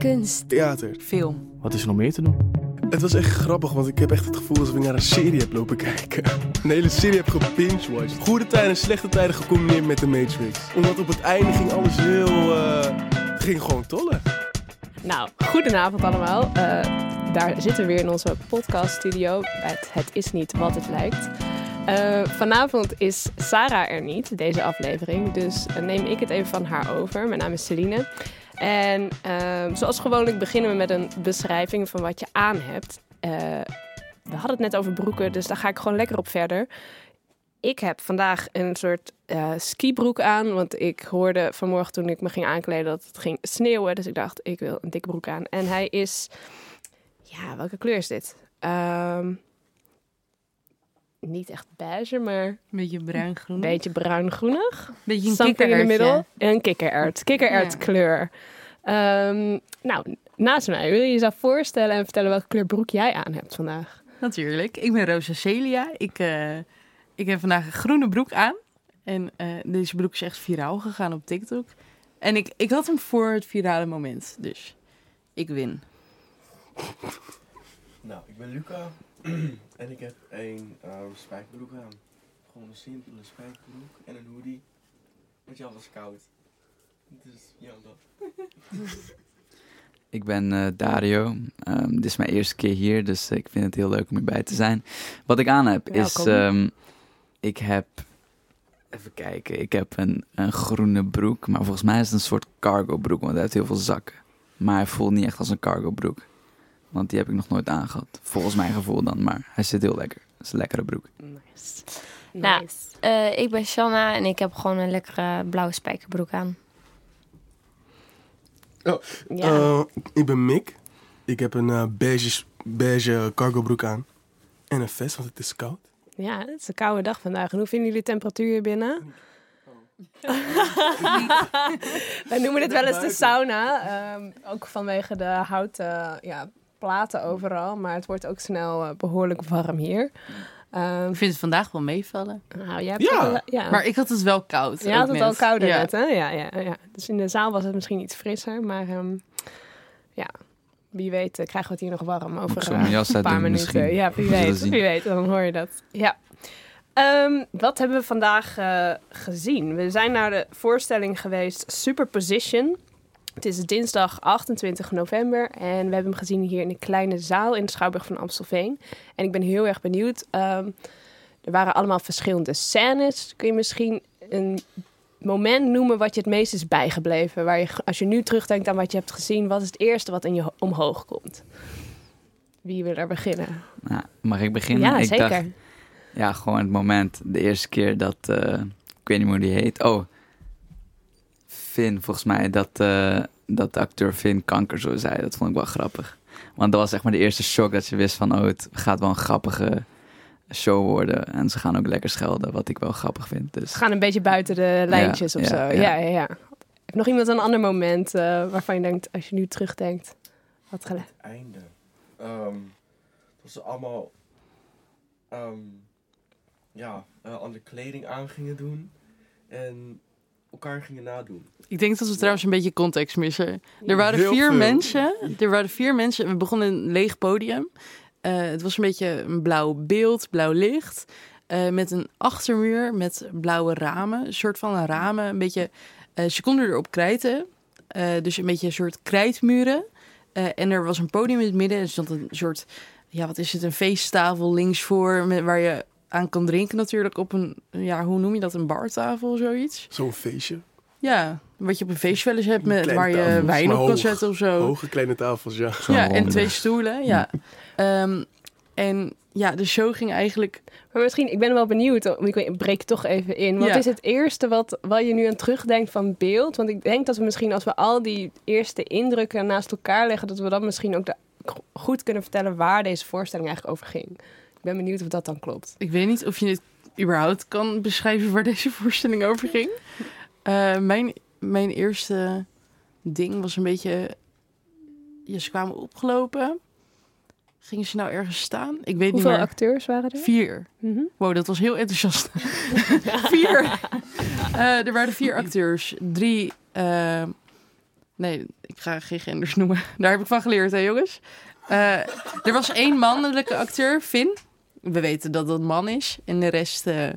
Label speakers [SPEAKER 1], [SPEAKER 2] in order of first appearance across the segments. [SPEAKER 1] kunst,
[SPEAKER 2] theater.
[SPEAKER 3] Film.
[SPEAKER 4] Wat is er nog meer te doen?
[SPEAKER 2] Het was echt grappig, want ik heb echt het gevoel alsof ik naar een serie heb lopen kijken. Een hele serie heb gebingewatcht. Goede tijden en slechte tijden gecombineerd met de Matrix. Omdat op het einde ging alles heel... eh, het ging gewoon tollen.
[SPEAKER 3] Nou, goedenavond allemaal. Eh, daar zitten we weer in onze podcaststudio. Het, het is niet wat het lijkt. Eh, vanavond is Sarah er niet, deze aflevering. Dus eh, neem ik het even van haar over. Mijn naam is Celine. En eh, zoals gewoonlijk beginnen we met een beschrijving van wat je aan hebt. Eh, we hadden het net over broeken, dus daar ga ik gewoon lekker op verder. Ik heb vandaag een soort eh, skibroek aan. Want ik hoorde vanmorgen toen ik me ging aankleden dat het ging sneeuwen. Dus ik dacht, ik wil een dikke broek aan. En hij is... Ja, welke kleur is dit? Ehm, niet echt beige, maar een
[SPEAKER 5] Beetje bruin-groen.
[SPEAKER 3] beetje bruin-groenig.
[SPEAKER 5] Hm? Beetje een
[SPEAKER 3] Something in the middle.
[SPEAKER 5] kikkererwtje.
[SPEAKER 3] Een kikkererwt. Kikkererwt
[SPEAKER 5] Ja.
[SPEAKER 3] kleur. Ehm, nou, naast mij wil je jezelf voorstellen en vertellen welke kleur broek jij aan hebt vandaag.
[SPEAKER 5] Natuurlijk. Ik ben Rosa Celia. Ik, eh, ik heb vandaag een groene broek aan. En eh, deze broek is echt viraal gegaan op TikTok. En ik, ik had hem voor het virale moment. Dus ik win.
[SPEAKER 6] Nou, ik ben Luca en ik heb een eh, spijkerbroek aan. Gewoon een simpele spijkerbroek en een hoodie. Want ja, het was koud. Dus ja, dat.
[SPEAKER 7] Ik ben eh, Dario. Ehm, dit is mijn eerste keer hier, dus ik vind het heel leuk om erbij te zijn. Wat ik aan heb is...
[SPEAKER 3] Welkom.
[SPEAKER 7] ehm, ik heb... Even kijken. Ik heb een, een groene broek, maar volgens mij is het een soort cargo broek, want hij heeft heel veel zakken. Maar hij voelt niet echt als een cargo broek. Want die heb ik nog nooit aangehad. Volgens mijn gevoel dan, maar hij zit heel lekker. Het is een lekkere broek.
[SPEAKER 3] Nice.
[SPEAKER 1] Nou, Eh, ik ben Shanna en ik heb gewoon een lekkere blauwe spijkerbroek aan.
[SPEAKER 5] Nou,
[SPEAKER 3] Ja.
[SPEAKER 2] Eh, ik ben Mick. Ik heb een eh, beige, beige cargo broek aan. En een vest, want het is koud.
[SPEAKER 3] Ja, het is een koude dag vandaag. En hoe vinden jullie de temperatuur hier binnen? Wij noemen dit wel eens de sauna. ehm, ook vanwege de houten ja, platen overal. Maar het wordt ook snel eh, behoorlijk warm hier. Ehm,
[SPEAKER 5] Ik vind het vandaag wel meevallen.
[SPEAKER 3] nou, jij hebt
[SPEAKER 2] Ja,
[SPEAKER 3] ook wel- ja.
[SPEAKER 5] Maar ik had het wel koud.
[SPEAKER 3] je had
[SPEAKER 5] ook
[SPEAKER 3] het
[SPEAKER 5] net.
[SPEAKER 3] al kouder
[SPEAKER 5] Ja.
[SPEAKER 3] net, hè? Ja, ja, ja. Dus in de zaal was het misschien iets frisser. Maar ehm, ja, wie weet eh, krijgen we het hier nog warm
[SPEAKER 7] Moet ik
[SPEAKER 3] over
[SPEAKER 7] zo
[SPEAKER 3] eh,
[SPEAKER 7] mijn jas
[SPEAKER 3] een paar
[SPEAKER 7] uitdoen
[SPEAKER 3] minuten.
[SPEAKER 7] misschien.
[SPEAKER 3] Ja, wie
[SPEAKER 7] We zullen
[SPEAKER 3] weet,
[SPEAKER 7] zien.
[SPEAKER 3] wie weet, dan hoor je dat. Ja. Ehm, wat hebben we vandaag eh, gezien? We zijn naar de voorstelling geweest Superposition. Het is dinsdag 28 november en we hebben hem gezien hier in de kleine zaal in de Schouwburg van Amstelveen. En ik ben heel erg benieuwd. Ehm, er waren allemaal verschillende scènes. Kun je misschien een moment noemen wat je het meest is bijgebleven? Waar je, als je nu terugdenkt aan wat je hebt gezien, wat is het eerste wat in je ho- omhoog komt? Wie wil er beginnen?
[SPEAKER 7] Nou, mag ik beginnen?
[SPEAKER 3] ja,
[SPEAKER 7] ik
[SPEAKER 3] zeker.
[SPEAKER 7] dacht Ja, gewoon het moment. De eerste keer dat... eh, ik weet niet meer hoe die heet. Oh, Finn, volgens mij. Dat, eh, dat de acteur Finn kanker zo zei. Dat vond ik wel grappig. Want dat was echt maar de eerste shock dat je wist van... Oh, het gaat wel een grappige show worden. En ze gaan ook lekker schelden, wat ik wel grappig vind. Dus
[SPEAKER 3] Ze gaan een beetje buiten de lijntjes
[SPEAKER 7] Ja,
[SPEAKER 3] of
[SPEAKER 7] ja,
[SPEAKER 3] zo. Ja, ja,
[SPEAKER 7] ja.
[SPEAKER 3] ja. Heb nog iemand een ander moment eh, waarvan je denkt, als je nu terugdenkt, wat gele-
[SPEAKER 6] Het einde. Ehm dat ze allemaal ehm, ja, eh, andere kleding aan gingen doen en elkaar gingen nadoen.
[SPEAKER 5] Ik denk dat we trouwens een beetje context missen. Er waren
[SPEAKER 2] Heel
[SPEAKER 5] vier
[SPEAKER 2] veel.
[SPEAKER 5] mensen. Er waren vier mensen. We begonnen in een leeg podium. Eh, het was een beetje een blauw beeld, blauw licht. eh, met een achtermuur met blauwe ramen. Een soort van ramen. Een beetje. eh, ze konden erop krijten. Eh, dus een beetje een soort krijtmuren. Eh, en er was een podium in het midden. Er stond een soort. Ja, wat is het? Een feesttafel links voor. met- Waar je aan kan drinken natuurlijk. Op een. Ja, hoe noem je dat? Een bartafel of zoiets.
[SPEAKER 2] Zo'n feestje.
[SPEAKER 5] Ja, wat je op een feestje wel eens hebt,
[SPEAKER 2] Een
[SPEAKER 5] met,
[SPEAKER 2] kleine
[SPEAKER 5] waar je
[SPEAKER 2] tafel,
[SPEAKER 5] wijn
[SPEAKER 2] maar
[SPEAKER 5] op kan
[SPEAKER 2] hoog. Mm.
[SPEAKER 5] zetten of zo.
[SPEAKER 2] Hoge kleine tafels, ja.
[SPEAKER 7] zo'n
[SPEAKER 5] Ja, en
[SPEAKER 7] ronde.
[SPEAKER 5] twee stoelen, ja. Ehm, en ja, de show ging eigenlijk...
[SPEAKER 3] Maar misschien, ik ben wel benieuwd, oh, ik weet- ik breek toch even in. Wat
[SPEAKER 5] Ja.
[SPEAKER 3] is het eerste wat, wat je nu aan terugdenkt van beeld? Want ik denk dat we misschien, als we al die eerste indrukken naast elkaar leggen, dat we dan misschien ook de- go- goed kunnen vertellen waar deze voorstelling eigenlijk over ging. Ik ben benieuwd of dat dan klopt.
[SPEAKER 5] Ik weet niet of je dit überhaupt kan beschrijven waar deze voorstelling over ging. Eh, mijn, mijn eerste ding was een beetje... Ja, ze kwamen opgelopen. Gingen ze nou ergens staan? Ik weet
[SPEAKER 3] Hoeveel
[SPEAKER 5] niet meer.
[SPEAKER 3] acteurs waren er?
[SPEAKER 5] Vier.
[SPEAKER 3] Mhm.
[SPEAKER 5] Wow, dat was heel enthousiast. vier. Eh, er waren vier acteurs. Drie eh, Nee, ik ga geen genders noemen. Daar heb ik van geleerd, hè jongens. Eh, er was één mannelijke acteur, Finn. We weten dat dat man is. En de rest eh,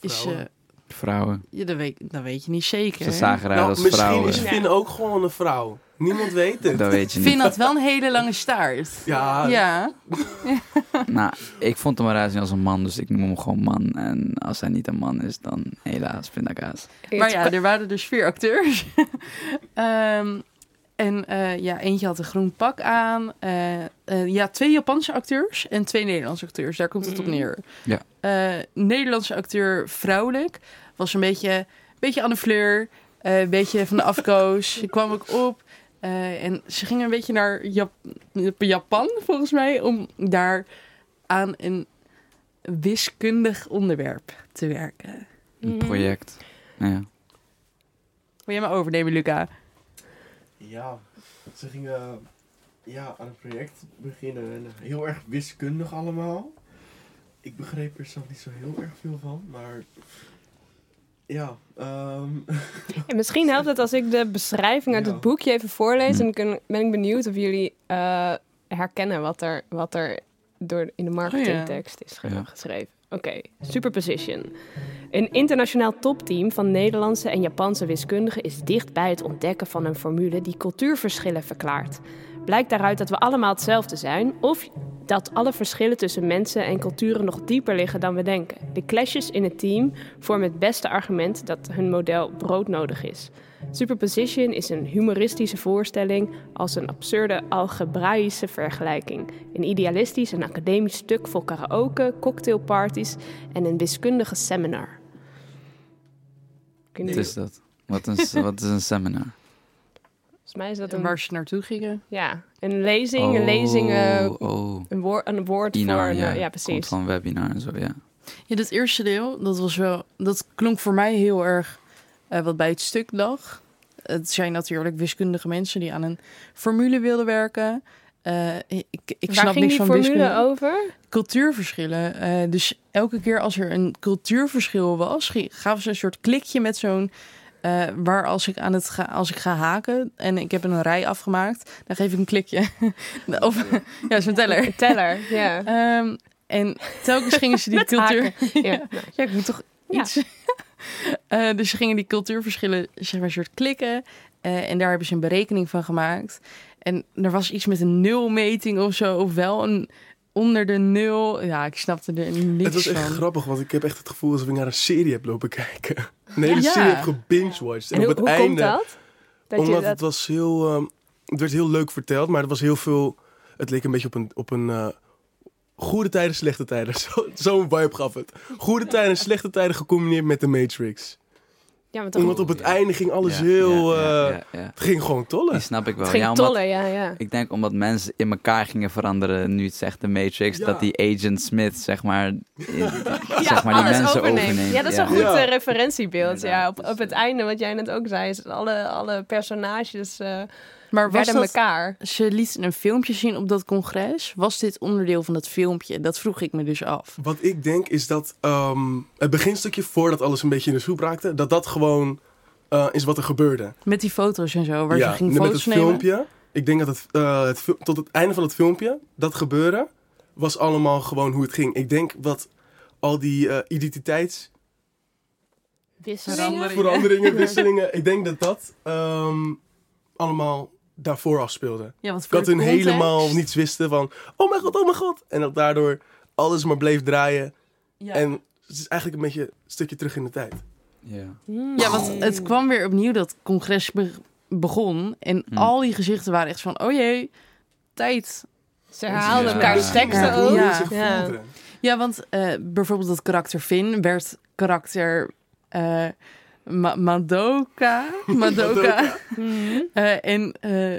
[SPEAKER 5] is... eh,
[SPEAKER 2] Vrouwen.
[SPEAKER 7] Vrouwen.
[SPEAKER 5] ja, dat, weet, dat weet je niet zeker.
[SPEAKER 7] Ze
[SPEAKER 5] hè?
[SPEAKER 7] zagen eruit
[SPEAKER 2] nou,
[SPEAKER 7] als
[SPEAKER 2] misschien
[SPEAKER 7] vrouwen.
[SPEAKER 2] is Finn ook gewoon een vrouw. Niemand weet het.
[SPEAKER 7] Dat weet je niet.
[SPEAKER 5] Finn had wel een hele lange staart.
[SPEAKER 2] Ja,
[SPEAKER 5] Ja,
[SPEAKER 7] Nou, ik vond hem eruit zien als een man, dus ik noem hem gewoon man. En als hij niet een man is, dan helaas pindakaas.
[SPEAKER 5] maar ja, er waren dus vier acteurs. Ehm, en eh, ja, eentje had een groen pak aan. Eh, eh, ja, twee Japanse acteurs en twee Nederlandse acteurs. Daar komt het op neer.
[SPEAKER 7] Ja.
[SPEAKER 5] Eh, Nederlandse acteur vrouwelijk. Was een beetje, beetje aan de fleur. eh, een beetje van de afkoos. Ze kwam ook op. Eh, en ze ging een beetje naar Jap- Japan, volgens mij, om daar aan een wiskundig onderwerp te werken.
[SPEAKER 7] Een project. Ja.
[SPEAKER 5] Wil jij me overnemen, Luca?
[SPEAKER 6] Ja, ze gingen ja, aan een project beginnen. En heel erg wiskundig allemaal. Ik begreep er zelf niet zo heel erg veel van, maar... Ja, ehm,
[SPEAKER 3] En misschien helpt het als ik de beschrijving uit
[SPEAKER 6] Ja.
[SPEAKER 3] het boekje even voorlees.
[SPEAKER 7] Hm.
[SPEAKER 3] En dan kun- ben ik benieuwd of jullie eh, herkennen wat er, wat er door, in de marketingtekst is ge-
[SPEAKER 7] Ja.
[SPEAKER 3] geschreven. Oké, superposition. Een internationaal topteam van Nederlandse en Japanse wiskundigen is dicht bij het ontdekken van een formule die cultuurverschillen verklaart. Blijkt daaruit dat we allemaal hetzelfde zijn of dat alle verschillen tussen mensen en culturen nog dieper liggen dan we denken. De clashes in het team vormen het beste argument dat hun model broodnodig is. Superposition is een humoristische voorstelling als een absurde algebraïsche vergelijking. Een idealistisch en academisch stuk voor karaoke, cocktailparties en een wiskundige seminar. Kun je-
[SPEAKER 7] Wat is dat? Wat is, wat is een seminar?
[SPEAKER 3] Volgens mij is dat een,
[SPEAKER 5] Waar ze naartoe gingen.
[SPEAKER 3] ja, een lezing, een lezing, eh,
[SPEAKER 7] Oh, oh.
[SPEAKER 3] een, woord, een woord voor
[SPEAKER 7] Inar,
[SPEAKER 3] een,
[SPEAKER 7] ja.
[SPEAKER 3] ja
[SPEAKER 7] Komt
[SPEAKER 3] precies.
[SPEAKER 7] van webinar en zo, ja.
[SPEAKER 5] Ja, dat eerste deel, dat was wel... Dat klonk voor mij heel erg eh, wat bij het stuk lag. Het zijn natuurlijk wiskundige mensen die aan een formule wilden werken. Eh, ik ik
[SPEAKER 3] Waar
[SPEAKER 5] snap
[SPEAKER 3] ging
[SPEAKER 5] niks
[SPEAKER 3] die
[SPEAKER 5] van
[SPEAKER 3] formule
[SPEAKER 5] wiskunde.
[SPEAKER 3] over?
[SPEAKER 5] Cultuurverschillen. Eh, dus elke keer als er een cultuurverschil was, ge- gaven ze een soort klikje met zo'n... eh, waar als ik, aan het ga, als ik ga haken en ik heb een rij afgemaakt, dan geef ik een klikje. of, ja, zo'n teller.
[SPEAKER 3] Een teller, ja.
[SPEAKER 5] Ehm, en telkens gingen ze die cultuur.
[SPEAKER 3] ja.
[SPEAKER 5] Ja, ik moet toch
[SPEAKER 3] Ja.
[SPEAKER 5] iets. Eh, dus ze gingen die cultuurverschillen, zeg maar, een soort klikken. Eh, en daar hebben ze een berekening van gemaakt. En er was iets met een nulmeting of zo, of wel een onder de nul. Ja, ik snapte er niks
[SPEAKER 2] Het was echt
[SPEAKER 5] van.
[SPEAKER 2] grappig, want ik heb echt het gevoel alsof ik naar een serie heb lopen kijken. Een hele
[SPEAKER 5] Ja.
[SPEAKER 2] serie heb gebingewatcht. En,
[SPEAKER 3] En hoe,
[SPEAKER 2] Dus op het
[SPEAKER 3] hoe
[SPEAKER 2] einde,
[SPEAKER 3] komt dat? Dat
[SPEAKER 2] omdat
[SPEAKER 3] je dat...
[SPEAKER 2] het was heel, ehm, het werd heel leuk verteld, maar het was heel veel, het leek een beetje op een, op een eh, goede tijden, slechte tijden. Zo- Zo'n vibe gaf het. Goede tijden en slechte tijden gecombineerd met de Matrix.
[SPEAKER 3] Ja, maar toch,
[SPEAKER 2] Omdat op het
[SPEAKER 7] Ja.
[SPEAKER 2] einde ging alles
[SPEAKER 7] Ja,
[SPEAKER 2] heel,
[SPEAKER 7] ja,
[SPEAKER 2] eh,
[SPEAKER 7] ja, ja, ja.
[SPEAKER 2] het ging gewoon tollen.
[SPEAKER 7] Die snap ik wel.
[SPEAKER 3] het ging
[SPEAKER 7] ja, omdat-
[SPEAKER 3] tollen, ja, ja.
[SPEAKER 7] Ik denk omdat mensen in elkaar gingen veranderen, nu het zegt de Matrix,
[SPEAKER 2] Ja.
[SPEAKER 7] dat die agent Smith, zeg maar,
[SPEAKER 3] Ja,
[SPEAKER 7] zeg maar die
[SPEAKER 3] alles
[SPEAKER 7] mensen
[SPEAKER 3] overneemt.
[SPEAKER 7] overneemt,
[SPEAKER 3] Ja, dat is
[SPEAKER 7] ja.
[SPEAKER 3] een goed
[SPEAKER 2] Ja.
[SPEAKER 3] eh, referentiebeeld. Ja,
[SPEAKER 7] Inderdaad,
[SPEAKER 3] op,
[SPEAKER 7] dus,
[SPEAKER 3] op het
[SPEAKER 7] eh,
[SPEAKER 3] einde, wat jij net ook zei, is dat alle, alle personages eh
[SPEAKER 5] Maar was
[SPEAKER 3] werden
[SPEAKER 5] dat,
[SPEAKER 3] elkaar.
[SPEAKER 5] ze lieten een filmpje zien op dat congres. Was dit onderdeel van dat filmpje? Dat vroeg ik me dus af.
[SPEAKER 2] Wat ik denk is dat ehm, het beginstukje voordat alles een beetje in de soep raakte, dat dat gewoon eh, is wat er gebeurde.
[SPEAKER 5] Met die foto's en zo, waar
[SPEAKER 2] ja,
[SPEAKER 5] ze ging
[SPEAKER 2] met
[SPEAKER 5] foto's
[SPEAKER 2] het
[SPEAKER 5] nemen.
[SPEAKER 2] filmpje. Ik denk dat het, eh, het fil- tot het einde van het filmpje, dat gebeuren, was allemaal gewoon hoe het ging. Ik denk wat al die eh, identiteitsveranderingen,
[SPEAKER 3] Wisselingen.
[SPEAKER 2] wisselingen, ik denk dat dat ehm, allemaal daarvoor afspeelde.
[SPEAKER 5] Ja, want voor
[SPEAKER 2] Dat
[SPEAKER 5] de
[SPEAKER 2] hun
[SPEAKER 5] context-
[SPEAKER 2] helemaal niets wisten van, oh mijn god, oh mijn god. En dat daardoor alles maar bleef draaien.
[SPEAKER 5] Ja.
[SPEAKER 2] En het is eigenlijk een beetje een stukje terug in de tijd.
[SPEAKER 7] Ja.
[SPEAKER 5] Ja, want het
[SPEAKER 2] Oh.
[SPEAKER 5] kwam weer opnieuw dat het congres be- begon. En
[SPEAKER 7] Hmm.
[SPEAKER 5] al die gezichten waren echt van, oh jee, tijd.
[SPEAKER 3] Ze herhaalden
[SPEAKER 7] Ja.
[SPEAKER 3] elkaars Dus teksten
[SPEAKER 7] Ja.
[SPEAKER 3] ook.
[SPEAKER 5] Ja.
[SPEAKER 2] Hoe ze zich
[SPEAKER 3] Ja.
[SPEAKER 2] voelden.
[SPEAKER 5] Ja, want eh, bijvoorbeeld dat karakter Finn werd karakter eh, Ma- Madoka. Madoka.
[SPEAKER 3] Mhm.
[SPEAKER 5] Eh, en eh,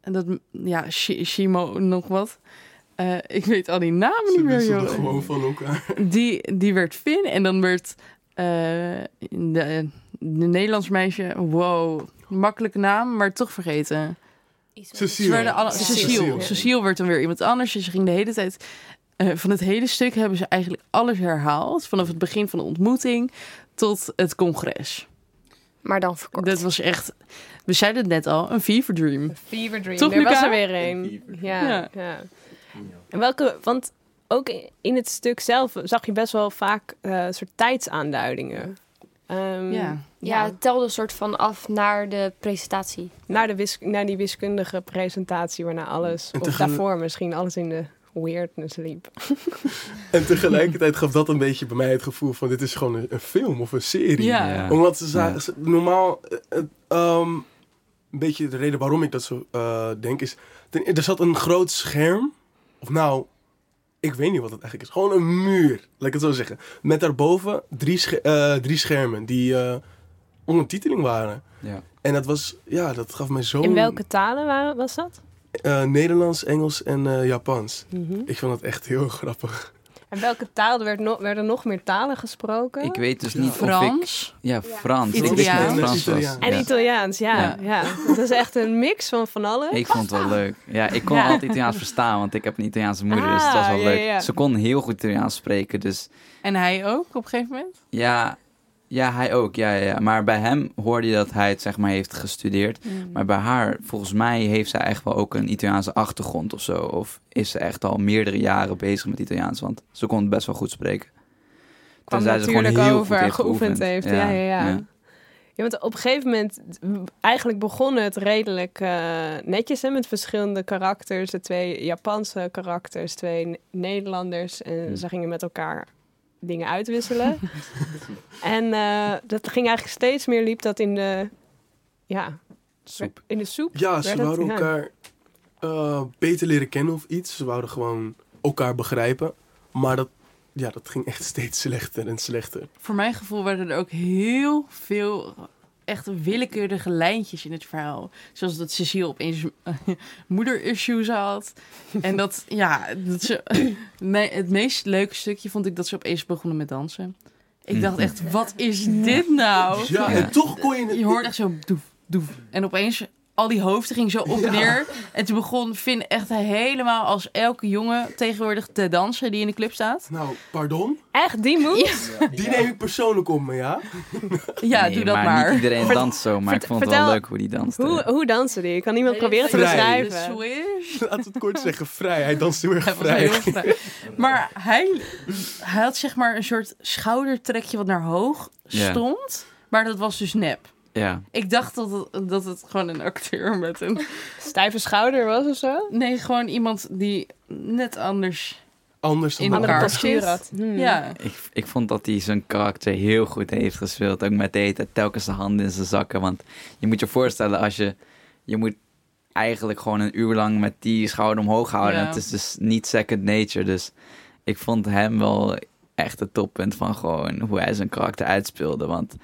[SPEAKER 5] en dat, ja, Shi- Shimo nog wat. Eh, ik weet al die namen
[SPEAKER 2] Ze
[SPEAKER 5] niet meer,
[SPEAKER 2] wisselden
[SPEAKER 5] joh.
[SPEAKER 2] gewoon van elkaar.
[SPEAKER 5] Die, die werd Finn en dan werd eh, de, de Nederlands meisje, wow, makkelijke naam, maar toch vergeten. Ze
[SPEAKER 2] Cecile.
[SPEAKER 5] werden alle,
[SPEAKER 1] Ja.
[SPEAKER 5] Cecile.
[SPEAKER 2] Cecile.
[SPEAKER 5] Cecile werd dan weer iemand anders. Dus ze ging de hele tijd. eh, van het hele stuk hebben ze eigenlijk alles herhaald. Vanaf het begin van de ontmoeting tot het congres.
[SPEAKER 1] Maar dan verkort.
[SPEAKER 5] Dat was echt. We zeiden het net al, een fever dream.
[SPEAKER 3] Fever Dream.
[SPEAKER 5] Toch,
[SPEAKER 3] er was
[SPEAKER 5] Luca?
[SPEAKER 3] er weer een.
[SPEAKER 6] Fever
[SPEAKER 3] Ja, ja.
[SPEAKER 5] Ja.
[SPEAKER 3] En welke, want ook in het stuk zelf zag je best wel vaak eh soort tijdsaanduidingen. Ehm,
[SPEAKER 5] Ja.
[SPEAKER 3] Ja.
[SPEAKER 1] Ja, het telde een soort van af naar de presentatie.
[SPEAKER 3] Naar, de wis- naar die wiskundige presentatie waarna alles,
[SPEAKER 2] En
[SPEAKER 3] of
[SPEAKER 2] tegelijk-
[SPEAKER 3] daarvoor misschien, alles in de weirdness liep.
[SPEAKER 2] En tegelijkertijd gaf dat een beetje bij mij het gevoel van... dit is gewoon een, een film of een serie.
[SPEAKER 5] Ja.
[SPEAKER 2] Omdat ze zagen...
[SPEAKER 7] Ja.
[SPEAKER 2] ze- normaal... eh, het, ehm, een beetje de reden waarom ik dat zo eh, denk is... ten- er zat een groot scherm. Of nou... Ik weet niet wat het eigenlijk is. Gewoon een muur. Laat ik het zo zeggen. Met daarboven drie, sche- eh, drie schermen. Die eh ondertiteling waren.
[SPEAKER 7] Ja.
[SPEAKER 2] En dat was... Ja, dat gaf mij
[SPEAKER 7] Oh.
[SPEAKER 2] zo'n...
[SPEAKER 3] In welke talen wa- was dat?
[SPEAKER 2] eh, Nederlands, Engels en eh, Japans.
[SPEAKER 3] Mhm.
[SPEAKER 2] Ik vond dat echt heel grappig.
[SPEAKER 3] En welke taal er werd no- werden nog meer talen gesproken?
[SPEAKER 7] Ik weet dus
[SPEAKER 2] Ja.
[SPEAKER 7] niet of ik...
[SPEAKER 5] Frans.
[SPEAKER 7] Ja, Frans.
[SPEAKER 5] Italiaans.
[SPEAKER 7] Ik wist niet dat het Frans was.
[SPEAKER 2] Italiaans.
[SPEAKER 3] en
[SPEAKER 7] Ja.
[SPEAKER 3] Italiaans, ja, ja.
[SPEAKER 7] Ja.
[SPEAKER 3] Dat is echt een mix van van alles.
[SPEAKER 7] Ik vond het wel leuk. Ja, ik kon
[SPEAKER 3] Ja.
[SPEAKER 7] altijd Italiaans verstaan, want ik heb een Italiaanse moeder, dus het
[SPEAKER 3] Ah,
[SPEAKER 7] was wel
[SPEAKER 3] ja,
[SPEAKER 7] leuk.
[SPEAKER 3] ja.
[SPEAKER 7] Ze kon heel goed Italiaans spreken, dus
[SPEAKER 5] En hij ook op een gegeven moment?
[SPEAKER 7] ja, ja hij ook. Ja, ja, ja. Maar bij hem hoorde je dat hij het zeg maar heeft gestudeerd.
[SPEAKER 3] Mm.
[SPEAKER 7] Maar bij haar, volgens mij, heeft zij echt wel ook een Italiaanse achtergrond of zo. Of is ze echt al meerdere jaren bezig met Italiaans, want ze kon het best wel goed spreken.
[SPEAKER 3] kwam
[SPEAKER 7] Tenzij ze gewoon
[SPEAKER 3] natuurlijk
[SPEAKER 7] heel
[SPEAKER 3] over,
[SPEAKER 7] goed heeft
[SPEAKER 3] geoefend
[SPEAKER 7] geoefend.
[SPEAKER 3] heeft. Ja, ja,
[SPEAKER 7] Ja,
[SPEAKER 3] ja. ja.
[SPEAKER 7] ja.
[SPEAKER 3] want op een gegeven moment, eigenlijk begon het redelijk eh, netjes hè, met verschillende karakters. De twee Japanse karakters, twee Ne- Nederlanders. En
[SPEAKER 7] Hm.
[SPEAKER 3] ze gingen met elkaar dingen uitwisselen. en eh, dat ging eigenlijk steeds meer liep dat in de, ja,
[SPEAKER 7] Soep.
[SPEAKER 3] In de soep.
[SPEAKER 2] Ja, ze
[SPEAKER 3] werd het,
[SPEAKER 2] wouden
[SPEAKER 3] ja.
[SPEAKER 2] elkaar eh, beter leren kennen of iets. Ze wouden gewoon elkaar begrijpen. Maar dat, ja, dat ging echt steeds slechter en slechter.
[SPEAKER 5] Voor mijn gevoel werden er ook heel veel echt willekeurige lijntjes in het verhaal. Zoals dat Cecile opeens moeder-issues had. En dat, ja, dat ze, Me- het meest leuke stukje vond ik dat ze opeens begonnen met dansen. Ik dacht echt, wat is dit nou?
[SPEAKER 2] Ja,
[SPEAKER 7] Ja.
[SPEAKER 2] en toch kon je het...
[SPEAKER 5] Je hoorde echt zo doef, doef. En opeens al die hoofden gingen zo op en
[SPEAKER 2] Ja.
[SPEAKER 5] neer. En toen begon Finn echt helemaal als elke jongen tegenwoordig te dansen die in de club staat.
[SPEAKER 2] Nou, pardon?
[SPEAKER 3] Echt, die move?
[SPEAKER 2] Die neem ik persoonlijk om me, ja?
[SPEAKER 5] Ja,
[SPEAKER 7] Nee,
[SPEAKER 5] doe dat maar.
[SPEAKER 7] Niet iedereen
[SPEAKER 3] Vert-
[SPEAKER 7] danst zo, maar ik
[SPEAKER 3] vert-
[SPEAKER 7] vond het wel
[SPEAKER 3] vertel-
[SPEAKER 7] leuk hoe die danste.
[SPEAKER 3] Hoe, hoe dansen die? Kan iemand proberen te
[SPEAKER 2] Vrij.
[SPEAKER 3] beschrijven?
[SPEAKER 5] Swish.
[SPEAKER 2] Laten we het kort zeggen, vrij. Hij danst heel erg
[SPEAKER 5] Hij was
[SPEAKER 2] vrij.
[SPEAKER 5] heel vrij. Maar hij, hij had zeg maar een soort schoudertrekje wat naar hoog
[SPEAKER 7] Ja.
[SPEAKER 5] stond. Maar dat was dus nep.
[SPEAKER 7] Ja.
[SPEAKER 5] Ik dacht dat het, dat het gewoon een acteur met een
[SPEAKER 3] Stijve schouder was of zo?
[SPEAKER 5] Nee, gewoon iemand die net anders.
[SPEAKER 2] Anders dan
[SPEAKER 5] In
[SPEAKER 3] Andere
[SPEAKER 5] elkaar.
[SPEAKER 3] postuur had. Hmm.
[SPEAKER 5] Ja.
[SPEAKER 7] Ik, ik vond dat hij zijn karakter heel goed heeft gespeeld. Ook met de hele tijd telkens de handen in zijn zakken. Want je moet je voorstellen, als je... Je moet eigenlijk gewoon een uur lang met die schouder omhoog houden.
[SPEAKER 5] Ja.
[SPEAKER 7] En het is dus niet second nature. Dus ik vond hem wel echt het toppunt van gewoon hoe hij zijn karakter uitspeelde. Want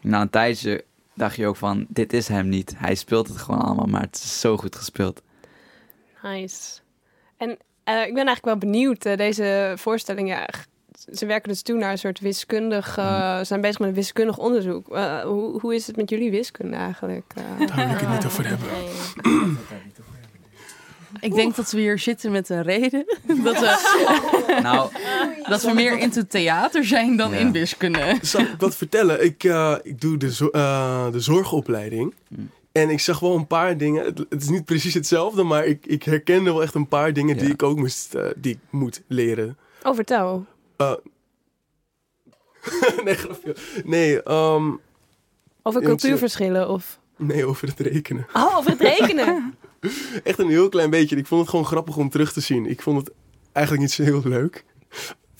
[SPEAKER 7] na een tijdje dacht je ook van, dit is hem niet. Hij speelt het gewoon allemaal, maar het is zo goed gespeeld.
[SPEAKER 3] Nice. En eh, ik ben eigenlijk wel benieuwd, eh, deze voorstellingen. ja, g- ze werken dus toe naar een soort wiskundig, eh, ze zijn bezig met een wiskundig onderzoek. Eh, hoe, hoe is het met jullie wiskunde eigenlijk? Eh,
[SPEAKER 2] Daar wil ik het niet over hebben.
[SPEAKER 5] Ik denk dat we hier zitten met een reden. Dat we,
[SPEAKER 7] Nou,
[SPEAKER 5] dat we meer in het theater zijn dan
[SPEAKER 7] Ja.
[SPEAKER 5] in wiskunde.
[SPEAKER 2] Zal ik wat vertellen? Ik, eh, ik doe de, zo- eh, de zorgopleiding.
[SPEAKER 7] Hmm.
[SPEAKER 2] En ik zag wel een paar dingen. Het, het is niet precies hetzelfde, maar ik, ik herkende wel echt een paar dingen die
[SPEAKER 7] Ja.
[SPEAKER 2] ik ook moest, eh, die ik moet leren.
[SPEAKER 3] oh, vertel.
[SPEAKER 2] nee, grapje. Nee, ehm,
[SPEAKER 3] Over
[SPEAKER 2] Ja, want ze-
[SPEAKER 3] cultuurverschillen of...
[SPEAKER 2] nee, over het rekenen.
[SPEAKER 3] Oh, over het rekenen.
[SPEAKER 2] Echt een heel klein beetje. Ik vond het gewoon grappig om terug te zien. Ik vond het eigenlijk niet zo heel leuk.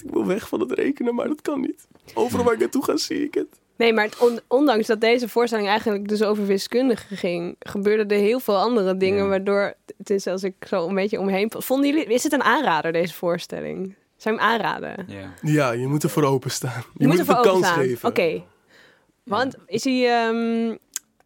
[SPEAKER 2] Ik wil weg van het rekenen, maar dat kan niet. Overal waar ik naartoe ga, zie ik het.
[SPEAKER 3] Nee, maar het on- ondanks dat deze voorstelling eigenlijk dus over wiskundige ging, gebeurden er heel veel andere dingen,
[SPEAKER 7] Ja.
[SPEAKER 3] waardoor het is als ik zo een beetje omheen... Vonden jullie, is het een aanrader, deze voorstelling? Zou je hem aanraden?
[SPEAKER 7] ja.
[SPEAKER 2] Ja, je moet ervoor openstaan. Je,
[SPEAKER 3] Je, moet,
[SPEAKER 2] het
[SPEAKER 3] ervoor
[SPEAKER 2] een kans
[SPEAKER 3] openstaan.
[SPEAKER 2] geven.
[SPEAKER 3] Oké. Want is hij. ehm,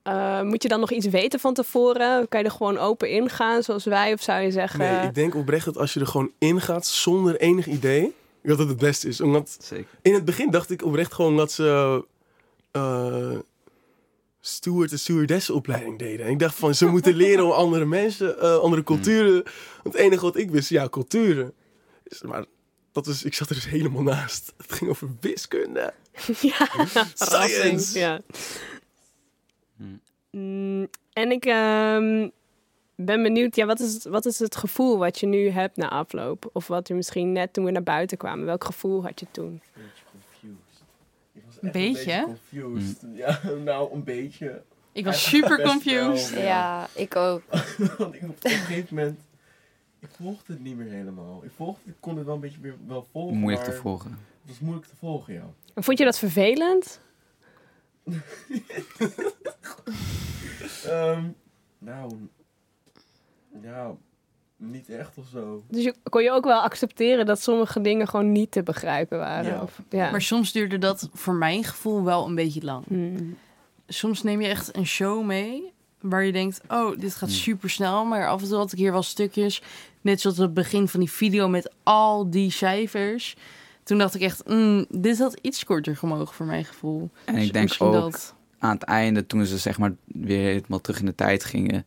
[SPEAKER 3] eh, moet je dan nog iets weten van tevoren? Kan je er gewoon open in gaan zoals wij? Of zou je zeggen.
[SPEAKER 2] Nee, ik denk oprecht dat als je er gewoon ingaat zonder enig idee, dat het het beste is. Omdat
[SPEAKER 7] Zeker.
[SPEAKER 2] in het begin dacht ik oprecht gewoon dat ze eh steward en stewardessenopleiding deden. En ik dacht van, ze moeten leren om andere mensen, eh, andere
[SPEAKER 6] Hmm.
[SPEAKER 2] culturen. Het enige wat ik wist, ja, culturen. Dus, Maar dat is, ik zat er dus helemaal naast. Het ging over wiskunde.
[SPEAKER 3] ja, verrassing.
[SPEAKER 2] Science.
[SPEAKER 3] Ja. Mm, en ik ehm, ben benieuwd, ja, wat, is het, wat is het gevoel wat je nu hebt na afloop? Of wat je misschien net toen we naar buiten kwamen, welk gevoel had je toen?
[SPEAKER 6] Een beetje confused. Ik was echt
[SPEAKER 5] Een beetje?
[SPEAKER 6] Een beetje confused.
[SPEAKER 7] Mm.
[SPEAKER 6] Ja, nou, een beetje.
[SPEAKER 5] Ik was super
[SPEAKER 6] Best wel.
[SPEAKER 5] confused.
[SPEAKER 1] Ja, ik ook.
[SPEAKER 6] Want ik op een gegeven moment... Ik volgde het niet meer helemaal. Ik, volgde, ik kon het wel een beetje meer wel volgen.
[SPEAKER 7] Moeilijk te
[SPEAKER 6] maar
[SPEAKER 7] volgen.
[SPEAKER 6] Het was moeilijk te volgen, ja.
[SPEAKER 3] En Vond je dat vervelend?
[SPEAKER 6] Ehm, nou, ja, niet echt of zo.
[SPEAKER 3] Dus je, kon je ook wel accepteren dat sommige dingen gewoon niet te begrijpen waren?
[SPEAKER 6] Ja.
[SPEAKER 3] Of, ja.
[SPEAKER 5] Maar soms duurde dat voor mijn gevoel wel een beetje lang.
[SPEAKER 3] Hmm.
[SPEAKER 5] Soms neem je echt een show mee waar je denkt, oh, dit
[SPEAKER 2] Hmm.
[SPEAKER 5] gaat super snel. Maar af en toe had ik hier wel stukjes. Net zoals het begin van die video met al die cijfers. Toen dacht ik echt, mm, dit had iets korter gemogen voor mijn gevoel.
[SPEAKER 7] En
[SPEAKER 5] Dus
[SPEAKER 7] ik denk
[SPEAKER 5] misschien
[SPEAKER 7] ook
[SPEAKER 5] dat-
[SPEAKER 7] aan het einde, toen ze zeg maar weer helemaal terug in de tijd gingen.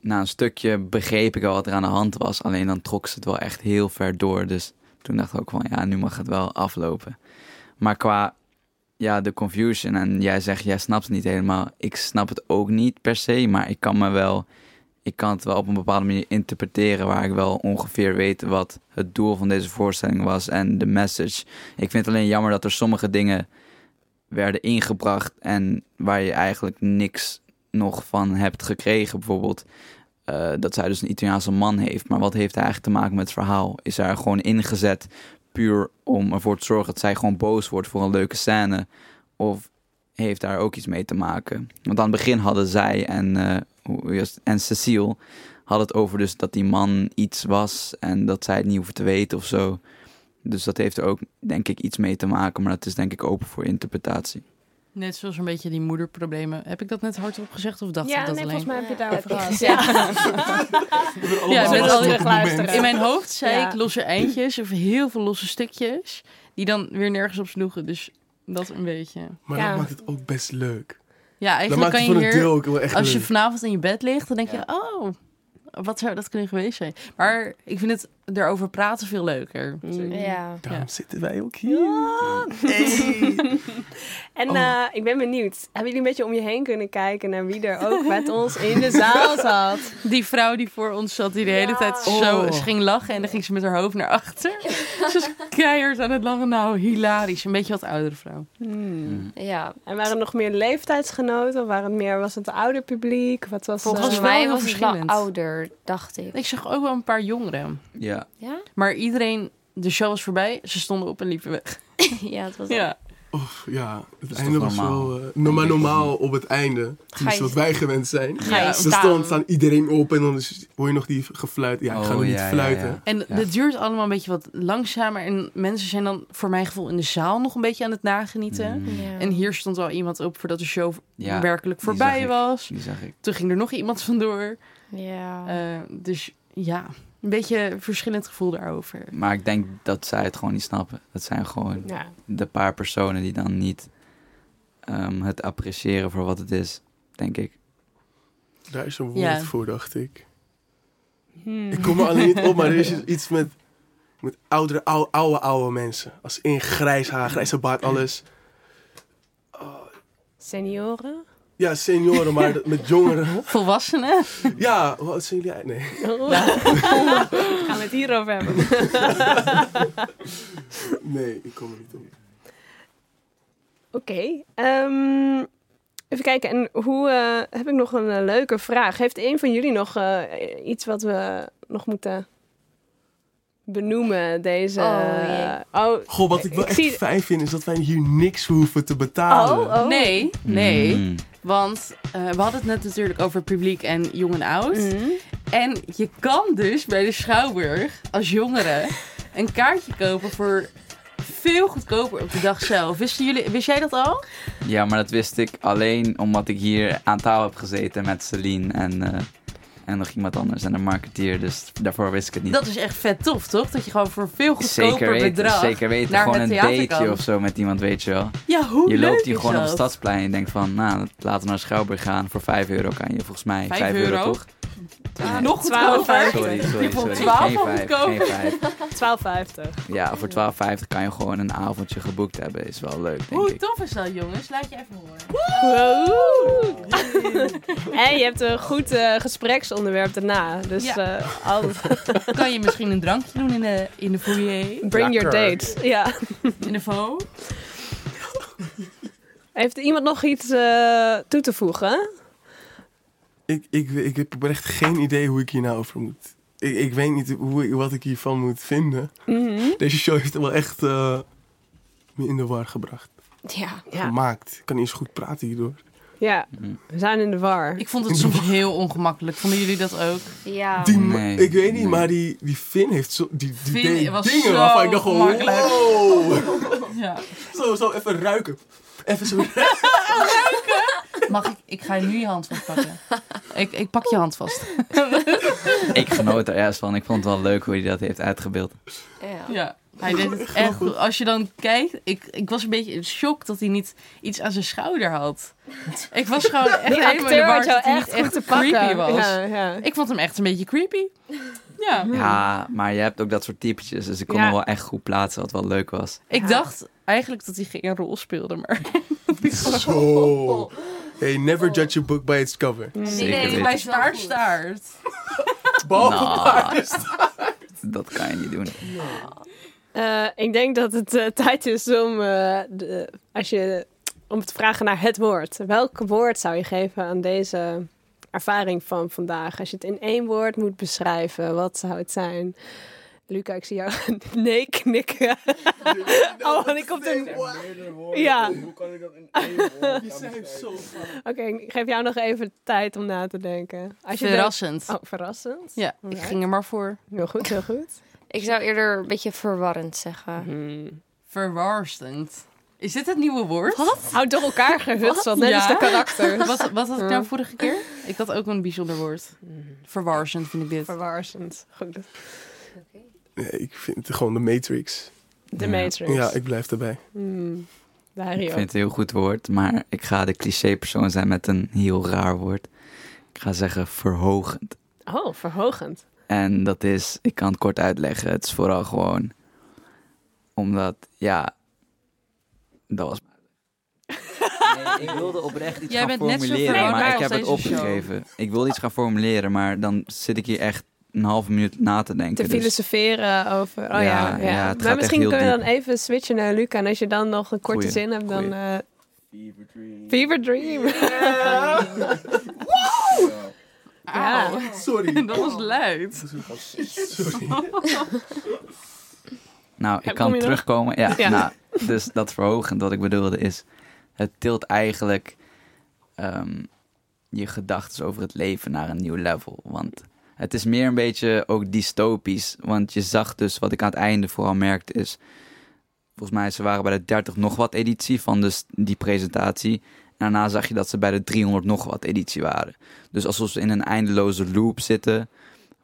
[SPEAKER 7] Na een stukje begreep ik wel wat er aan de hand was. Alleen dan trok ze het wel echt heel ver door. Dus toen dacht ik ook van, ja, nu mag het wel aflopen. Maar qua ja, de confusion. En jij zegt, jij snapt het niet helemaal. Ik snap het ook niet per se. Maar ik kan me wel. Ik kan het wel op een bepaalde manier interpreteren. Waar ik wel ongeveer weet wat het doel van deze voorstelling was. En de message. Ik vind het alleen jammer dat er sommige dingen werden ingebracht. En waar je eigenlijk niks nog van hebt gekregen. Bijvoorbeeld. eh, dat zij dus een Italiaanse man heeft. Maar wat heeft hij eigenlijk te maken met het verhaal? Is hij er gewoon ingezet puur om ervoor te zorgen dat zij gewoon boos wordt voor een leuke scène? Of heeft daar ook iets mee te maken? Want aan het begin hadden zij en, eh, hoe- hoe is het? en Cecile hadden het over dus dat die man iets was en dat zij het niet hoeven te weten of zo. Dus dat heeft er ook, denk ik, iets mee te maken. Maar dat is denk ik open voor interpretatie.
[SPEAKER 5] Net zoals een beetje die moederproblemen. Heb ik dat net hardop gezegd of dacht
[SPEAKER 3] ja,
[SPEAKER 5] ik dat
[SPEAKER 3] nee,
[SPEAKER 5] alleen?
[SPEAKER 3] volgens mij heb je het
[SPEAKER 1] Ja,
[SPEAKER 3] daarover
[SPEAKER 1] heb ik
[SPEAKER 3] gehad.
[SPEAKER 1] gezegd.
[SPEAKER 5] Ja, met al die
[SPEAKER 3] terugluisteren.
[SPEAKER 5] In mijn hoofd zei
[SPEAKER 3] Ja.
[SPEAKER 5] ik losse eindjes of heel veel losse stukjes. Die dan weer nergens op sloegen. Dus dat een beetje.
[SPEAKER 2] Maar
[SPEAKER 3] Ja.
[SPEAKER 2] dat maakt het ook best leuk.
[SPEAKER 5] Ja,
[SPEAKER 2] dat
[SPEAKER 5] eigenlijk
[SPEAKER 2] maakt
[SPEAKER 5] kan
[SPEAKER 2] het voor
[SPEAKER 5] je
[SPEAKER 2] een deel
[SPEAKER 5] hier...
[SPEAKER 2] ook wel echt
[SPEAKER 5] Als je
[SPEAKER 2] leuk.
[SPEAKER 5] vanavond in je bed ligt, dan denk je...
[SPEAKER 6] Ja.
[SPEAKER 5] Oh, wat zou dat kunnen geweest zijn? Maar ik vind het erover praten veel leuker.
[SPEAKER 3] Hmm.
[SPEAKER 1] Ja.
[SPEAKER 2] Daarom
[SPEAKER 5] Ja.
[SPEAKER 2] zitten wij ook hier.
[SPEAKER 3] Ja.
[SPEAKER 2] Hey.
[SPEAKER 3] En eh, ik ben benieuwd, hebben jullie een beetje om je heen kunnen kijken naar wie er ook met ons in de zaal zat?
[SPEAKER 5] Die vrouw die voor ons zat, die de hele
[SPEAKER 1] Ja.
[SPEAKER 5] tijd zo...
[SPEAKER 2] Oh.
[SPEAKER 5] Ze ging lachen en dan ging ze met haar hoofd naar achter. ze was keihard aan het lachen. Nou, hilarisch. Een beetje wat oudere vrouw.
[SPEAKER 3] Hmm.
[SPEAKER 1] ja.
[SPEAKER 3] En waren er nog meer leeftijdsgenoten? Of waren het meer, was het ouder publiek? Wat was
[SPEAKER 5] Volgens
[SPEAKER 3] eh,
[SPEAKER 1] Volgens
[SPEAKER 5] wel
[SPEAKER 1] mij
[SPEAKER 5] heel
[SPEAKER 1] was het wel
[SPEAKER 5] verschillend.
[SPEAKER 1] ouder, dacht ik.
[SPEAKER 5] Ik zag ook wel een paar jongeren.
[SPEAKER 7] Ja,
[SPEAKER 1] Ja?
[SPEAKER 5] Maar iedereen, de show was voorbij, ze stonden op en liepen weg.
[SPEAKER 1] Ja, het was
[SPEAKER 5] Ja.
[SPEAKER 2] Oef, ja, het
[SPEAKER 7] toch
[SPEAKER 2] einde was
[SPEAKER 7] normaal?
[SPEAKER 2] wel... eh, no- maar normaal op het einde, tenminste wat wij gewend zijn...
[SPEAKER 1] Ga je
[SPEAKER 5] Ja.
[SPEAKER 2] Dan
[SPEAKER 1] staan.
[SPEAKER 2] staan, staan iedereen op en dan is- hoor je nog die gefluit. Ja, ik ga
[SPEAKER 7] Oh,
[SPEAKER 2] nog niet
[SPEAKER 7] ja, ja,
[SPEAKER 2] fluiten.
[SPEAKER 7] ja.
[SPEAKER 5] En dat duurt allemaal een beetje wat langzamer. En mensen zijn dan, voor mijn gevoel, in de zaal nog een beetje aan het nagenieten.
[SPEAKER 7] Mm,
[SPEAKER 1] Ja.
[SPEAKER 5] En hier stond al iemand op voordat de show
[SPEAKER 7] Ja,
[SPEAKER 5] werkelijk
[SPEAKER 7] die zag
[SPEAKER 5] voorbij
[SPEAKER 7] ik.
[SPEAKER 5] was.
[SPEAKER 7] die zag ik.
[SPEAKER 5] Toen ging er nog iemand vandoor.
[SPEAKER 1] Ja.
[SPEAKER 5] Eh, dus ja, een beetje verschillend gevoel daarover.
[SPEAKER 7] Maar ik denk dat zij het gewoon niet snappen. Dat zijn gewoon
[SPEAKER 3] Ja.
[SPEAKER 7] de paar personen die dan niet ehm, het appreciëren voor wat het is, denk ik.
[SPEAKER 2] Daar is een woord
[SPEAKER 5] Ja.
[SPEAKER 2] voor, dacht ik.
[SPEAKER 3] Hmm.
[SPEAKER 2] Ik kom er alleen niet op, maar er is dus iets met, met oudere, oude, oude, oude mensen. Als in grijs haar, grijze baard, alles.
[SPEAKER 3] Senioren?
[SPEAKER 2] Ja, senioren, maar dat- met jongeren.
[SPEAKER 5] Volwassenen?
[SPEAKER 2] Ja, wat zijn jullie? Nee.
[SPEAKER 3] Nou. gaan we het hierover hebben.
[SPEAKER 2] nee, ik kom er niet op.
[SPEAKER 3] Oké. ehm, even kijken. En hoe eh, heb ik nog een eh, leuke vraag? Heeft een van jullie nog eh, iets wat we nog moeten benoemen? Deze.
[SPEAKER 1] Oh, jee.
[SPEAKER 3] oh,
[SPEAKER 2] Goh, wat ik wel
[SPEAKER 3] Ik
[SPEAKER 2] echt
[SPEAKER 3] zie-
[SPEAKER 2] fijn vind, is dat wij hier niks voor hoeven te betalen.
[SPEAKER 3] oh, oh.
[SPEAKER 5] Nee, nee.
[SPEAKER 7] Mm.
[SPEAKER 5] Want eh, we hadden het net natuurlijk over publiek en jong en oud.
[SPEAKER 3] Mhm.
[SPEAKER 5] En je kan dus bij de Schouwburg als jongere een kaartje kopen voor veel goedkoper op de dag zelf. Wisten jullie, wist jij dat al?
[SPEAKER 7] Ja, maar dat wist ik alleen omdat ik hier aan tafel heb gezeten met Celine en, eh, en nog iemand anders en een marketeer. Dus daarvoor wist ik het niet.
[SPEAKER 5] Dat is echt vet tof, toch? Dat je gewoon voor een veel goedkoper
[SPEAKER 7] zeker weten,
[SPEAKER 5] bedrag...
[SPEAKER 7] zeker weten.
[SPEAKER 5] naar
[SPEAKER 7] Gewoon
[SPEAKER 5] het
[SPEAKER 7] een
[SPEAKER 5] theater
[SPEAKER 7] dateje
[SPEAKER 5] kan.
[SPEAKER 7] of zo met iemand, weet je wel.
[SPEAKER 5] Ja, hoe
[SPEAKER 7] je
[SPEAKER 5] leuk
[SPEAKER 7] loopt hier
[SPEAKER 5] is
[SPEAKER 7] gewoon op het
[SPEAKER 5] dat?
[SPEAKER 7] stadsplein en denkt van, nou, laten we naar Schouwburg gaan. Voor 5 euro kan je volgens mij.
[SPEAKER 5] 5
[SPEAKER 7] 5 euro,
[SPEAKER 5] euro? Ah,
[SPEAKER 7] toch? Nee,
[SPEAKER 5] Nog
[SPEAKER 3] Twaalf,
[SPEAKER 5] goedkoper.
[SPEAKER 7] Sorry,
[SPEAKER 5] Je
[SPEAKER 7] sorry,
[SPEAKER 5] vond
[SPEAKER 7] sorry.
[SPEAKER 5] 12
[SPEAKER 7] Geen vijf,
[SPEAKER 5] goedkoper.
[SPEAKER 7] geen vijf.
[SPEAKER 3] 12,50.
[SPEAKER 7] Ja, voor 12,50 kan je gewoon een avondje geboekt hebben. Is wel leuk, denk
[SPEAKER 5] Hoe
[SPEAKER 7] ik.
[SPEAKER 5] tof is dat, jongens? Laat je even horen.
[SPEAKER 3] Wow. En je hebt een goed eh, gespreksonderwerp daarna. Dus
[SPEAKER 5] Ja.
[SPEAKER 3] eh, al-
[SPEAKER 5] Kan je misschien een drankje doen in de, in de foyer?
[SPEAKER 3] bring
[SPEAKER 6] Lekker.
[SPEAKER 3] your date. Ja.
[SPEAKER 5] In de faux?
[SPEAKER 3] Heeft iemand nog iets eh, toe te voegen?
[SPEAKER 2] Ik, ik, ik heb echt geen idee hoe ik hier nou over moet. Ik, ik weet niet hoe, wat ik hiervan moet vinden.
[SPEAKER 5] Mhm.
[SPEAKER 2] Deze show heeft wel echt eh, me in de war gebracht.
[SPEAKER 1] Ja.
[SPEAKER 3] Ja.
[SPEAKER 2] Gemaakt. Ik kan niet eens goed praten hierdoor.
[SPEAKER 3] ja,
[SPEAKER 7] Mm.
[SPEAKER 3] we zijn in de war.
[SPEAKER 5] Ik vond het soms heel ongemakkelijk. Vonden jullie dat ook?
[SPEAKER 1] Ja.
[SPEAKER 2] Die ma-
[SPEAKER 7] Nee,
[SPEAKER 2] ik weet niet,
[SPEAKER 7] nee.
[SPEAKER 2] maar die, die Finn heeft zo, die, die
[SPEAKER 5] Finn
[SPEAKER 2] deed
[SPEAKER 5] was
[SPEAKER 2] dingen
[SPEAKER 5] zo
[SPEAKER 2] waarvan ik dacht gewoon,
[SPEAKER 5] makkelijk.
[SPEAKER 2] wow.
[SPEAKER 5] Ja.
[SPEAKER 2] zo, zo, even ruiken. Even zo.
[SPEAKER 5] Mag ik? Ik ga je nu je hand vastpakken. Ik, ik pak je hand vast.
[SPEAKER 7] Ik genoot er juist van. Ik vond het wel leuk hoe hij dat heeft uitgebeeld.
[SPEAKER 1] Ja.
[SPEAKER 5] Ja. Hij deed het echt goed. Als je dan kijkt, ik, ik was een beetje in shock dat hij niet iets aan zijn schouder had. Ik was gewoon echt
[SPEAKER 3] Die
[SPEAKER 5] helemaal in de
[SPEAKER 3] acteur
[SPEAKER 5] war
[SPEAKER 3] had jou
[SPEAKER 5] dat hij niet
[SPEAKER 3] echt goed te pakken.
[SPEAKER 5] creepy was.
[SPEAKER 3] Ja, ja.
[SPEAKER 5] Ik vond hem echt een beetje creepy. Ja.
[SPEAKER 7] Ja, maar je hebt ook dat soort typetjes. Dus ik kon
[SPEAKER 3] Ja.
[SPEAKER 7] hem wel echt goed plaatsen, wat wel leuk was.
[SPEAKER 5] Ik
[SPEAKER 3] Ja.
[SPEAKER 5] dacht eigenlijk dat hij geen rol speelde, maar...
[SPEAKER 2] Zo. Hey, never judge a book by its cover.
[SPEAKER 7] Zeker
[SPEAKER 1] nee,
[SPEAKER 7] weten.
[SPEAKER 1] maar-
[SPEAKER 5] Hij staart staart.
[SPEAKER 2] Behalve
[SPEAKER 7] Nou.
[SPEAKER 2] paarden.
[SPEAKER 7] Dat kan je niet doen.
[SPEAKER 3] Eh, ik denk dat het eh, tijd is om, eh, de, als je, om te vragen naar het woord. Welk woord zou je geven aan deze ervaring van vandaag? Als je het in één woord moet beschrijven, wat zou het zijn? Luca, ik zie jou nee knikken. Oh, en ik kom er... Oké, Ja.
[SPEAKER 6] Hoe kan ik dat in één woord
[SPEAKER 2] Je zei het zo grappig.
[SPEAKER 3] ik geef jou nog even tijd om na te denken. Als je
[SPEAKER 5] Verrassend.
[SPEAKER 3] denkt- Oh, verrassend.
[SPEAKER 5] Ja, ik
[SPEAKER 3] Alright.
[SPEAKER 5] ging er maar voor.
[SPEAKER 3] Heel goed, heel goed.
[SPEAKER 1] Ik zou eerder een beetje verwarrend
[SPEAKER 5] Mhm.
[SPEAKER 1] zeggen.
[SPEAKER 5] Verwarstend. Is dit het nieuwe woord? Wat?
[SPEAKER 3] Houd door elkaar gehutselt, net
[SPEAKER 5] Ja.
[SPEAKER 3] als de karakter.
[SPEAKER 5] Wat, wat had ik nou vorige keer? Ik had ook een bijzonder woord. Verwarsend vind ik dit.
[SPEAKER 3] Verrassend. Goed.
[SPEAKER 2] Nee, ik vind het gewoon de Matrix.
[SPEAKER 3] De
[SPEAKER 7] Ja.
[SPEAKER 3] Matrix.
[SPEAKER 2] Ja, ik blijf daarbij.
[SPEAKER 3] Hmm.
[SPEAKER 7] Ik
[SPEAKER 3] Dario.
[SPEAKER 7] vind het een heel goed woord, maar ik ga de cliché-persoon zijn met een heel raar woord. Ik ga zeggen verhogend.
[SPEAKER 3] Oh, verhogend.
[SPEAKER 7] En dat is, ik kan het kort uitleggen, het is vooral gewoon omdat, ja, dat was. Nee, ik wilde oprecht iets
[SPEAKER 5] Jij
[SPEAKER 7] gaan
[SPEAKER 5] bent net zo
[SPEAKER 7] formuleren,
[SPEAKER 5] verhoogend
[SPEAKER 7] maar ik
[SPEAKER 5] als
[SPEAKER 7] heb het
[SPEAKER 5] deze show.
[SPEAKER 7] opgegeven. Ik wilde iets gaan formuleren, maar dan zit ik hier echt een halve minuut na te denken.
[SPEAKER 3] Te
[SPEAKER 7] dus
[SPEAKER 3] filosoferen over. Oh ja,
[SPEAKER 7] Ja,
[SPEAKER 3] ja.
[SPEAKER 7] ja, het gaat
[SPEAKER 3] maar
[SPEAKER 7] echt
[SPEAKER 3] misschien
[SPEAKER 7] heel
[SPEAKER 3] kunnen we dan
[SPEAKER 7] diep.
[SPEAKER 3] even switchen naar Luca. En als je dan nog een korte
[SPEAKER 7] Goeie,
[SPEAKER 3] zin hebt, dan.
[SPEAKER 7] goeie.
[SPEAKER 3] eh
[SPEAKER 6] Fever dream.
[SPEAKER 3] Fever Dream.
[SPEAKER 6] Ja.
[SPEAKER 3] Ja.
[SPEAKER 5] Auw.
[SPEAKER 2] Sorry.
[SPEAKER 5] Dat was luid.
[SPEAKER 2] Sorry.
[SPEAKER 7] Nou, ik
[SPEAKER 3] Kom
[SPEAKER 7] kan
[SPEAKER 3] je nog?
[SPEAKER 7] terugkomen. Ja,
[SPEAKER 3] Ja.
[SPEAKER 7] Nou, dus dat verhogend wat ik bedoelde is... het tilt eigenlijk ehm, je gedachten over het leven naar een nieuw level. Want het is meer een beetje ook dystopisch. Want je zag dus, wat ik aan het einde vooral merkte is... volgens mij ze waren bij de 30 nog wat editie van dus die presentatie... En daarna zag je dat ze bij de 300 nog wat editie waren. Dus alsof ze in een eindeloze loop zitten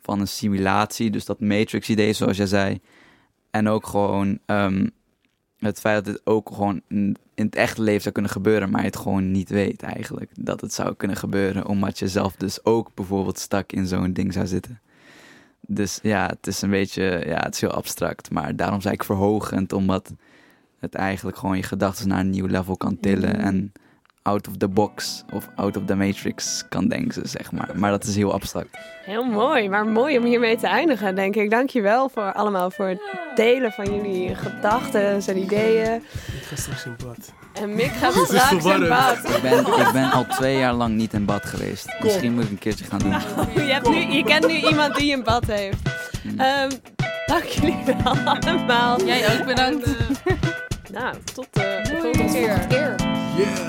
[SPEAKER 7] van een simulatie. Dus dat Matrix-idee, zoals jij zei... En ook gewoon ehm, het feit dat het ook gewoon in in het echte leven zou kunnen gebeuren, maar je het gewoon niet weet eigenlijk dat het zou kunnen gebeuren, omdat je zelf dus ook bijvoorbeeld stak in zo'n ding zou zitten. Dus ja, het is een beetje, ja, het is heel abstract, maar daarom zei ik verhogend, omdat het eigenlijk gewoon je gedachten naar een nieuw level kan tillen
[SPEAKER 3] Mm.
[SPEAKER 7] en out of the box of out of the matrix kan denken, zeg maar. Maar dat is heel abstract.
[SPEAKER 3] Heel mooi, maar mooi om hiermee te eindigen, denk ik. Dankjewel voor allemaal voor het delen van jullie gedachten en ideeën.
[SPEAKER 2] Ik ga straks in bad.
[SPEAKER 3] En Mick gaat
[SPEAKER 2] is
[SPEAKER 3] straks in
[SPEAKER 2] verwarrend.
[SPEAKER 3] bad.
[SPEAKER 7] Ik ben, ik ben al twee jaar lang niet in bad geweest. Misschien moet ik een keertje gaan doen.
[SPEAKER 3] Je, hebt nu, je kent nu iemand die een bad heeft.
[SPEAKER 7] Hmm.
[SPEAKER 3] Ehm, dank jullie wel allemaal.
[SPEAKER 5] Jij ook bedankt.
[SPEAKER 3] Nou, tot de volgende keer.
[SPEAKER 1] Eer.
[SPEAKER 2] Yeah.